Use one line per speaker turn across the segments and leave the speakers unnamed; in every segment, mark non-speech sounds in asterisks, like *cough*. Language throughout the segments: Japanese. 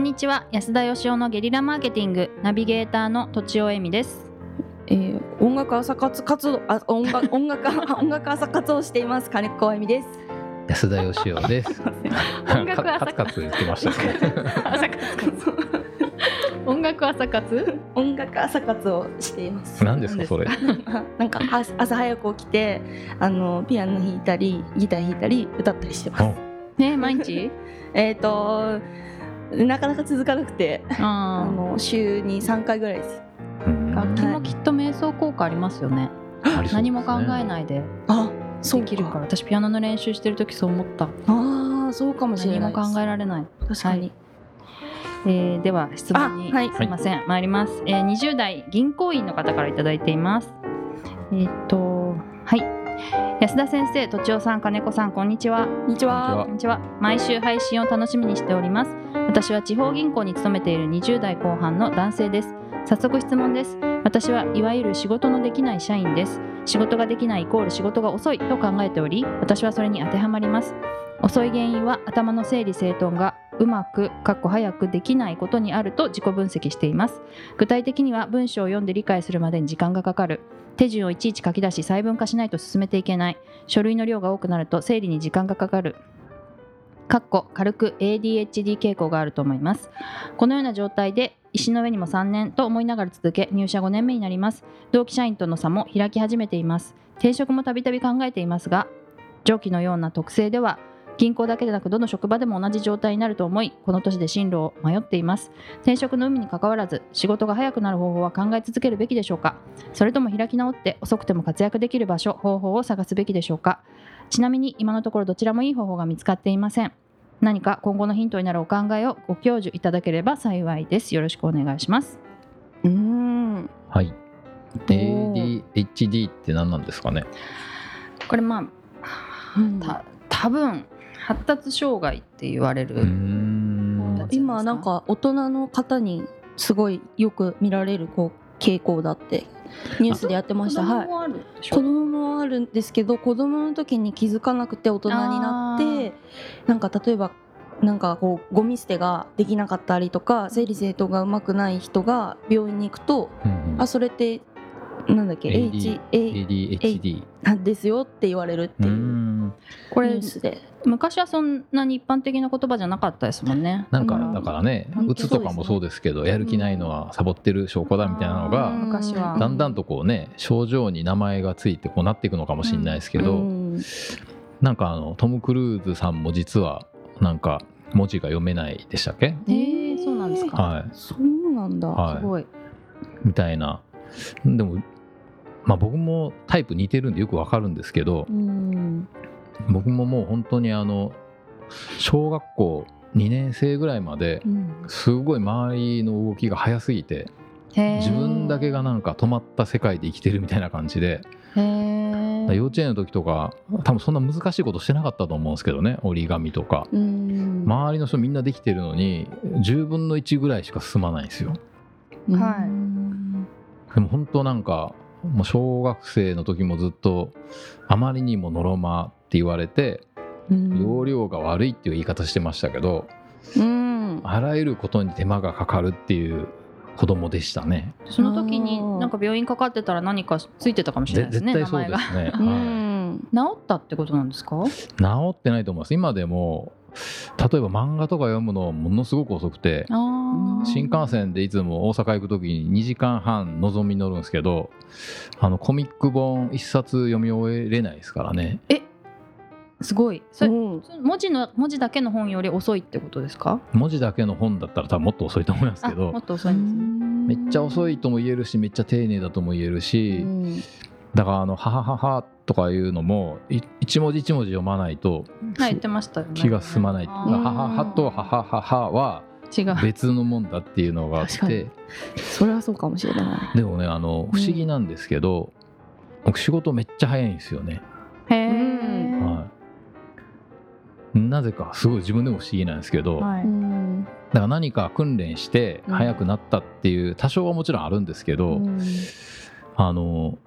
にちは安田義雄のゲリラマーケティングナビゲーターのとちおえみです
えー、音楽朝活活動あ音楽音楽音楽朝活をしています金子あゆみです。
安田義雄です。
音楽朝
カツカツ言ってまし
*laughs*
たね。
朝活音楽朝活
音楽朝活をしています。
何ですかそれ。
あなんか朝朝早く起きてあのピアノ弾いたりギター弾いたり歌ったりして *laughs* ます。
ね毎日
えっ、となかなか続かなくて
あ
あの週に3回ぐらいです。
うん
楽器もきっと瞑想効果ありますよね
ありそうですね
何も考えないで
あ
できるから私ピアノの練習してる時そう思った
ああそうかもしれ
何
な
も
い
考え
え
られない
確かに、
えーでは質問に、
あはい
すいません、参ります、えー、20代銀行員の方からいただいていますえーっとはい安田先生、とちおさん、金子さん、こんにちは。
こんにちは
こんにちは。毎週配信を楽しみにしております。私は地方銀行に勤めている20代後半の男性です。早速質問です。私はいわゆる仕事のできない社員です。仕事ができないイコール仕事が遅いと考えており、私はそれに当てはまります。遅い原因は頭の整理整頓がうまく、かっこ早くできないことにあると自己分析しています。具体的には文章を読んで理解するまでに時間がかかる。手順をいちいち書き出し細分化しないと進めていけない。書類の量が多くなると整理に時間がかかる。かっこ軽く ADHD 傾向があると思いますこのような状態で石の上にも3年と思いながら続け入社5年目になります同期社員との差も開き始めています転職もたびたび考えていますが上記のような特性では銀行だけでなくどの職場でも同じ状態になると思いこの年で進路を迷っています転職の有無にかかわらず仕事が早くなる方法は考え続けるべきでしょうかそれとも開き直って遅くても活躍できる場所方法を探すべきでしょうかちなみに今のところどちらもいい方法が見つかっていません何か今後のヒントになるお考えをご教授いただければ幸いです。よろしくお願いします。
うーん
はい。
お
ADHD って何なんですかね。
これまあた多分発達障害って言われ
うー
る。
ん。
今なんか大人の方にすごいよく見られるこう傾向だってニュースでやってましたはい
もあるでし
子供もあるんですけど子供の時に気づかなくて大人になってなんか例えばなんかこうゴミ捨てができなかったりとか整理整頓がうまくない人が病院に行くと
うんうん
あそれってなんだっけ
AD
HA
ADHD。
なんですよって言われるって
うー。
いうん
こ
ニュ
れ
ースで
昔はそんなに一般的な言葉じゃなかったですもんね。
なんか
うん
だからね
本、当
うつとかもそうですけど、やる気ないのはサボってる証拠だみたいなの
あー
が。
昔は
だんだんとこうね症状に名前がついてこうなっていくのかもしれないですけ
う
ど、
ん
なんかあのトム・クルーズさんも実はなんか文字が読めないでしたっけ、
えー、そうなんですか。
はい、
そうなんだ、
はい
すごい。
みたいなでも、まあ、僕もタイプ似てるんでよくわかるんですけど
うん。
僕ももう本当にあの小学校2年生ぐらいまで
うん
すごい周りの動きが早すぎて
へえ。
自分だけがなんか止まった世界で生きてるみたいな感じで
へ
だ
え。
から幼稚園の時とか多分そんな難しいことしてなかったと思うんですけどね折り紙とか
うん
周りの人みんなできてるのに10分の1ぐらいしか進まないんですよ
はい
うん
でも本当なんかもう小学生の時もずっとあまりにものろまって言われて容量が悪いっていう言い方してましたけど
うん
あらゆることに手間がかかるっていう子供でしたね
その時に
あー
なんか病院かかってたら何かついてたかもしれな
ぜ
いです
絶
ね。
対
名
そう
前
で
が
すね、
う
はい
ん
治ったってことなんですか？
治ってないと思います今でも例えば漫画とか読むのものすごく遅くて
ああ。
新幹線でいつも大阪行く時に2時間半のぞみ乗るんですけどあのコミック本1冊読み終えれないですからね
すごい。それ
うん
その文字の文字だけの本より遅いってことですか？
文字だけの本だったら多分もっと遅いと思いますけ
あも
ど
っと遅いんですね。
めっちゃ遅いとも言えるしめっちゃ丁寧だとも言えるし
うん
だからあの「はははは」とかいうのもい一文字一文字読まないと
はい言ってましたよね。
気が進まない「
あ
は
ー
はは」と「はははは」は
違う。
別のもんだっていうのがあっ
確か
て
にそれはそうかもしれない
でもねあの不思議なんですけど僕仕事めっちゃ早いんですよね。
へえ。
う
はい、なぜかすごい自分でも不思議なんですけど、だか
は
う
い。
ん
ら何か訓練して
うん
速くなったっていう多少はもちろんあるんですけ
う
ど、
ん
あの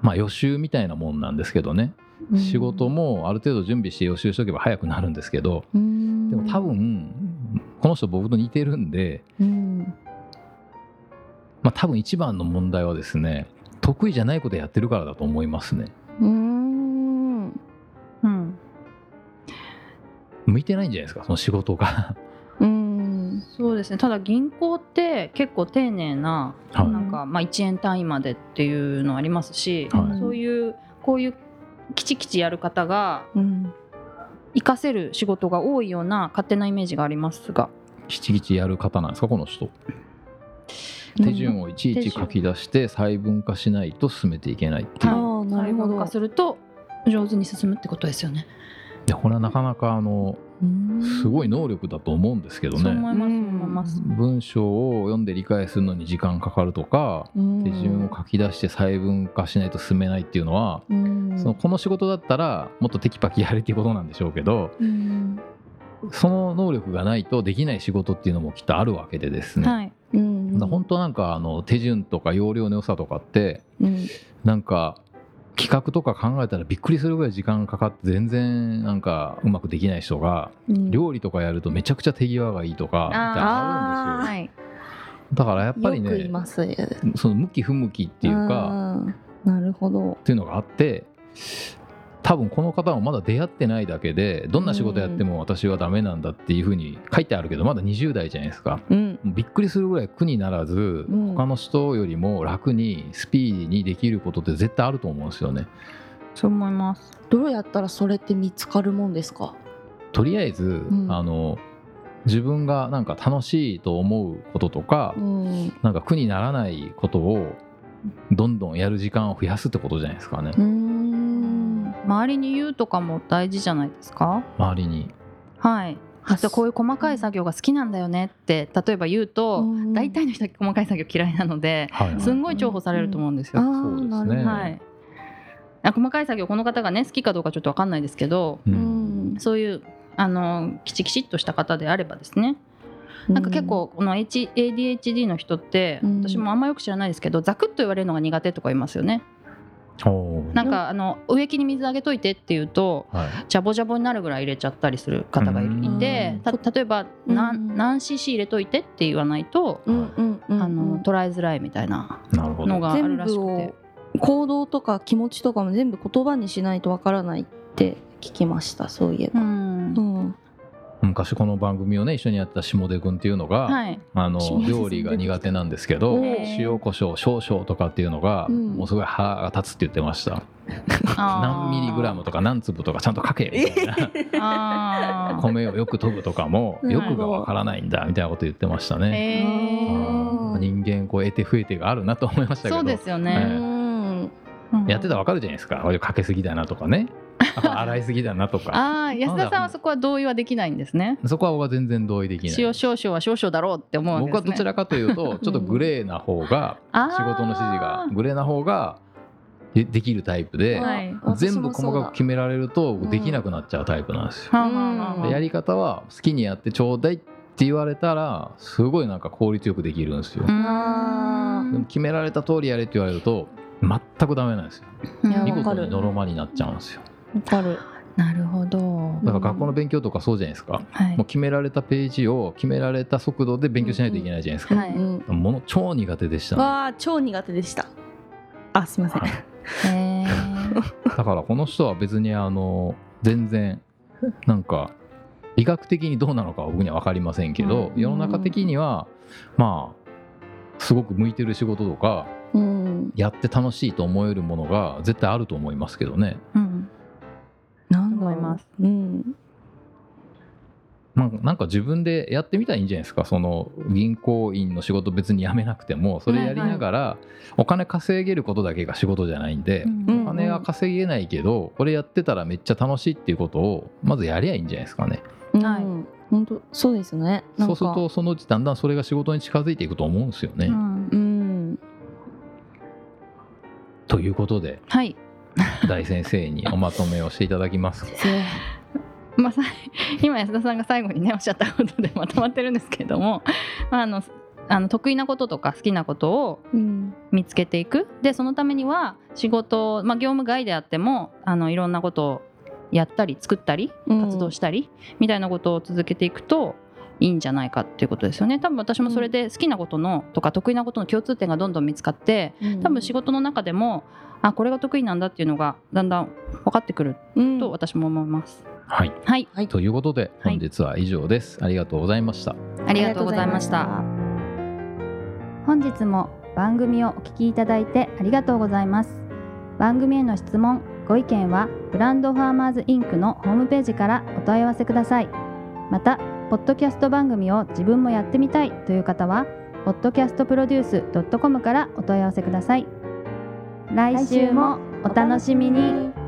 まあ予習みたいなもんなんですけどね、仕事もある程度準備して予習しとけば早くなるんですけど
うん
でも多分この人僕と似てるんで、
うん
まあ、多分一番の問題はですね得意じゃないことやってるからだと思いますね
うーん
うん、
向いてないんじゃないですかその仕事が
うん
そうですねただ銀行って結構丁寧な,、
はい
なんかまあ1円単位までっていうのありますし、
はい
そういうこういうきちきちやる方が
うん
活かせる仕事が多いような勝手なイメージがありますが
きちきちやる方なんですかこの人手順をいちいち書き出して細分化しないと進めていけないっていう、
は
ああなるほ
細分
ど
化すると上手に進むってことですよね。
でこれはなかなかあのすごい能力だと思うんですけど
そう
ね
思います、
うん
思います。
文章を読んで理解するのに時間かかるとか
うん
手順を書き出して細分化しないと進めないっていうのは、
うん
そのこの仕事だったらもっとテキパキやれっていうことなんでしょうけど
うん
その能力がないとできない仕事っていうのもきっとあるわけでですね、
はい、
うん
だから本当なんかあの手順とか要領の良さとかって
うん
なんか企画とか考えたらびっくりするぐらい時間かかって全然なんかうまくできない人が
うん
料理とかやるとめちゃくちゃ手際がいいとかってあるんで
あ
はい、
すよだからやっぱり
よくい
ね
ますねっ
その向き不向きっていうか
なるほど
っていうのがあって多分この方はまだ出会ってないだけでどんな仕事やっても私はダメなんだっていうふうに書いてあるけどまだ20代じゃないですか
うん
もうびっくりするぐらい苦にならず、
うん
他の人よりも楽にスピーディーにできることって絶対あると思うんですよね。
そう思います。
どうやったらそれって見つかるもんですか
とりあえず、
ん
あの自分がなんか楽しいと思うこととか、
うん
なんか苦にならないことをどんどんやる時間を増やすってことじゃないですかね、
うーん
周りに言うとかも大事じゃないですか。
周りに。
はい。
あ
あとこういう細かい作業が好きなんだよねって例えば言うと、
うん
大体の人は細かい作業嫌いなので、
はい
すんごい重宝されると思うんです
あ
よ。
ー
そうですね
なるほど
はい。あ細かい作業この方がね好きかどうかちょっとわかんないですけど、
う
うんん
そういうあのきちきちっとした方であればですね。なんか結構この H ADHD の人って、
うん
私もあんまよく知らないですけど、ザクッと言われるのが苦手とかいますよね。
おー
なんかあの植木に水あげといてっていうと。
はい
ジャボジャボになるぐらい入れちゃったりする方がいる
うん
いてた例えば「
うん
な何 cc 入れといて」って言わないと、
うんうんうんうん
あの捉えづらいみたいな
なるほど
のがある
全
らし
部
く
を
て
行動とか気持ちとかも全部言葉にしないとわからないって聞きましたそういえ
う
ば、
ん
*laughs*
うん
昔この番組をね一緒にやってた下出君っていうのが、
はい
あの
下出
料理が苦手なんですけど
出て
きた
塩コショウ少々とかっていうのが、
うん
もうすごい歯が立つって言ってました
あー
何ミリグラムとか何粒とかちゃんと書けみたいな
あー
米をよく研ぐと
*laughs*
かも
なる
よ
ほど
くがわからないんだみたいなこと言ってましたね、
へ
ー
ー
はい人間こう得て増えてがあるなと思いましたけど
そうですよ
う
ね、
ん
うん
やってたらわかるじゃないですかあかけすぎだなとかねあ洗いすぎだなとか
*laughs* ああ安田さんはそこは同意はできないんですね
そこは僕は全然同意できない
塩少々は少々だろうって思うんです、
僕
ね、
はどちらかというとちょっとグレーな方が
*laughs* あー
仕事の指示がグレーな方がでできるタイプで、
はい
全部細かく決められると僕できなくなっちゃうタイプなんですよ。
はあはあはあ
うん
はあ
でやり方は好きにやってちょうだいって言われたらすごいなんか効率よくできるんですよ。
あ
でも決められた通りやれって言われると全くダメなんですよ。
うん
いや
見
わか
事
る
にノロマになっちゃうんですよ。
わかる
なるほど
だから学校の勉強とかそうじゃないですか。
はい
もう決められたページを決められた速度で勉強しないといけないじゃないですか。
はい
うん
もの超苦手でしたね、
わあ超苦手でしたあすいません、
はい
へー
だからこの人は別にあの全然なんか医学的にどうなのかは僕には分かりませんけど、
うん
世の中的にはまあすごく向いてる仕事とか
うん、
やって楽しいと思えるものが絶対あると思いますけどね、
うん
なんだろう
思います、
うん、
まあ、なんか自分でやってみたらいいんじゃないですかその銀行員の仕事別に辞めなくてもそれやりながらお金稼げることだけが仕事じゃないん *laughs* で、
うん
お金は稼げないけどこれやってたらめっちゃ楽しいっていうことをまずやりゃいいんじゃないですかね。
はい
うん本当そうですねなんか
そうするとそのうちだんだんそれが仕事に近づいていくと思うんですよね。
うん
うん
ということで
はい
大先生におまとめをしていただきます。
せ
まあ、さい *laughs* 今安田さんが最後にねおっしゃったことでまとまってるんですけれども、まあ、あのあの得意なこととか好きなことを
うん
見つけていくでそのためには仕事を、まあ、業務外であってもあのいろんなことをやったり作ったり
うん
活動したり、みたいなことを続けていくといいんじゃないかっていうことですよね多分私もそれで好きなことのとか得意なことの共通点がどんどん見つかって多分仕事の中でもあこれが得意なんだっていうのがだんだん分かってくる
うん
と私も思います。
はい
はい
はい
ということで
はい
本日は以上です、ありがとうございました
ありがとうございました。本日も番組をお聞きいただいてありがとうございます番組への質問ご意見はブランドファーマーズインクのホームページからお問い合わせくださいまたポッドキャスト番組を自分もやってみたいという方は podcastproduce.com からお問い合わせください来週もお楽しみに